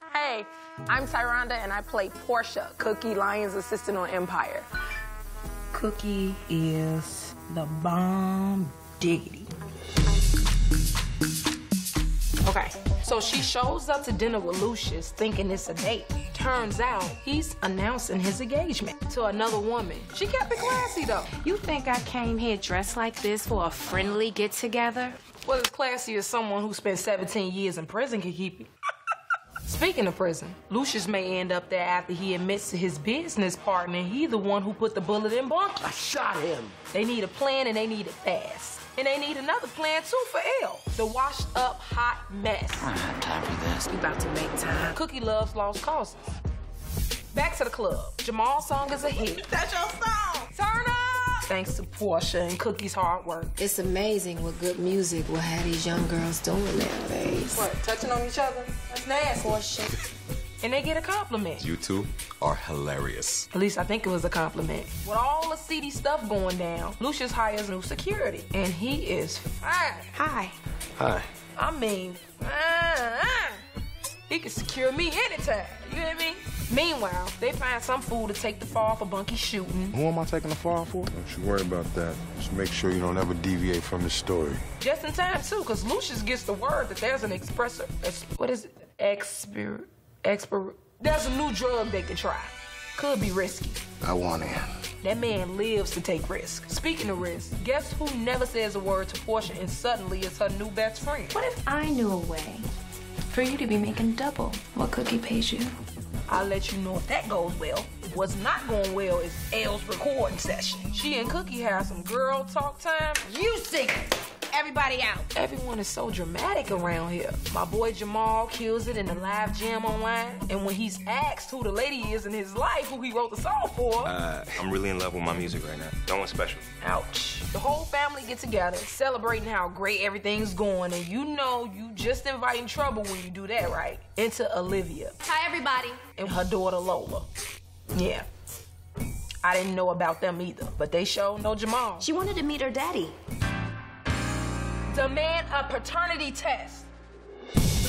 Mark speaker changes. Speaker 1: Hi, I'm Tyronda and I play Portia, Cookie Lyons' assistant on Empire.
Speaker 2: Cookie is the bomb diggity. Okay, so she shows up to dinner with Lucius thinking it's a date. Turns out he's announcing his engagement to another woman. She kept it classy though.
Speaker 3: You think I came here dressed like this for a friendly get together?
Speaker 2: Well, as classy as someone who spent 17 years in prison can keep it. Speaking of prison, Lucius may end up there after he admits to his business partner he the one who put the bullet in Bunky.
Speaker 4: I shot him.
Speaker 2: They need a plan and they need it fast. And they need another plan too for L. The washed up hot mess.
Speaker 4: I don't have time for this.
Speaker 3: You about to make time.
Speaker 2: Cookie loves lost causes. Back to the club. Jamal's song is a hit.
Speaker 1: That's your song! Turn up!
Speaker 2: Thanks to Portia and Cookie's hard work.
Speaker 5: It's amazing what good music will have these young girls doing nowadays.
Speaker 1: What, touching on each other? That's nasty.
Speaker 5: Portia.
Speaker 2: And they get a compliment.
Speaker 6: You two are hilarious.
Speaker 2: At least I think it was a compliment. With all the seedy stuff going down, Lucius hires new security. And he is fine.
Speaker 3: Hi.
Speaker 6: Hi.
Speaker 2: I mean, ah, ah. he can secure me anytime. You hear me? Meanwhile, they find some fool to take the fall for Bunky's shooting.
Speaker 7: Who am I taking the fall for?
Speaker 8: Don't you worry about that. Just make sure you don't ever deviate from the story.
Speaker 2: Just in time, too, because Lucius gets the word that there's an expressor. ex- what is it? Expir. Expir. There's a new drug they can try. Could be risky.
Speaker 4: I want in.
Speaker 2: That man lives to take risks. Speaking of risks, guess who never says a word to Portia and suddenly is her new best friend?
Speaker 9: What if I knew a way for you to be making double what Cookie pays you?
Speaker 2: I'll let you know if that goes well. What's not going well is Elle's recording session. She and Cookie have some girl talk time.
Speaker 3: You sing it. Everybody out.
Speaker 2: Everyone is so dramatic around here. My boy Jamal kills it in the live jam online, and when he's asked who the lady is in his life who he wrote the song for,
Speaker 10: Uh, I'm really in love with my music right now. No one's special.
Speaker 2: ouch. The whole family get together, celebrating how great everything's going, and you know you just inviting trouble when you do that, right? Into Olivia.
Speaker 9: Hi, everybody.
Speaker 2: and her daughter Lola. Yeah. I didn't know about them either, but they show no Jamal.
Speaker 9: She wanted to meet her daddy.
Speaker 2: Demand a paternity test.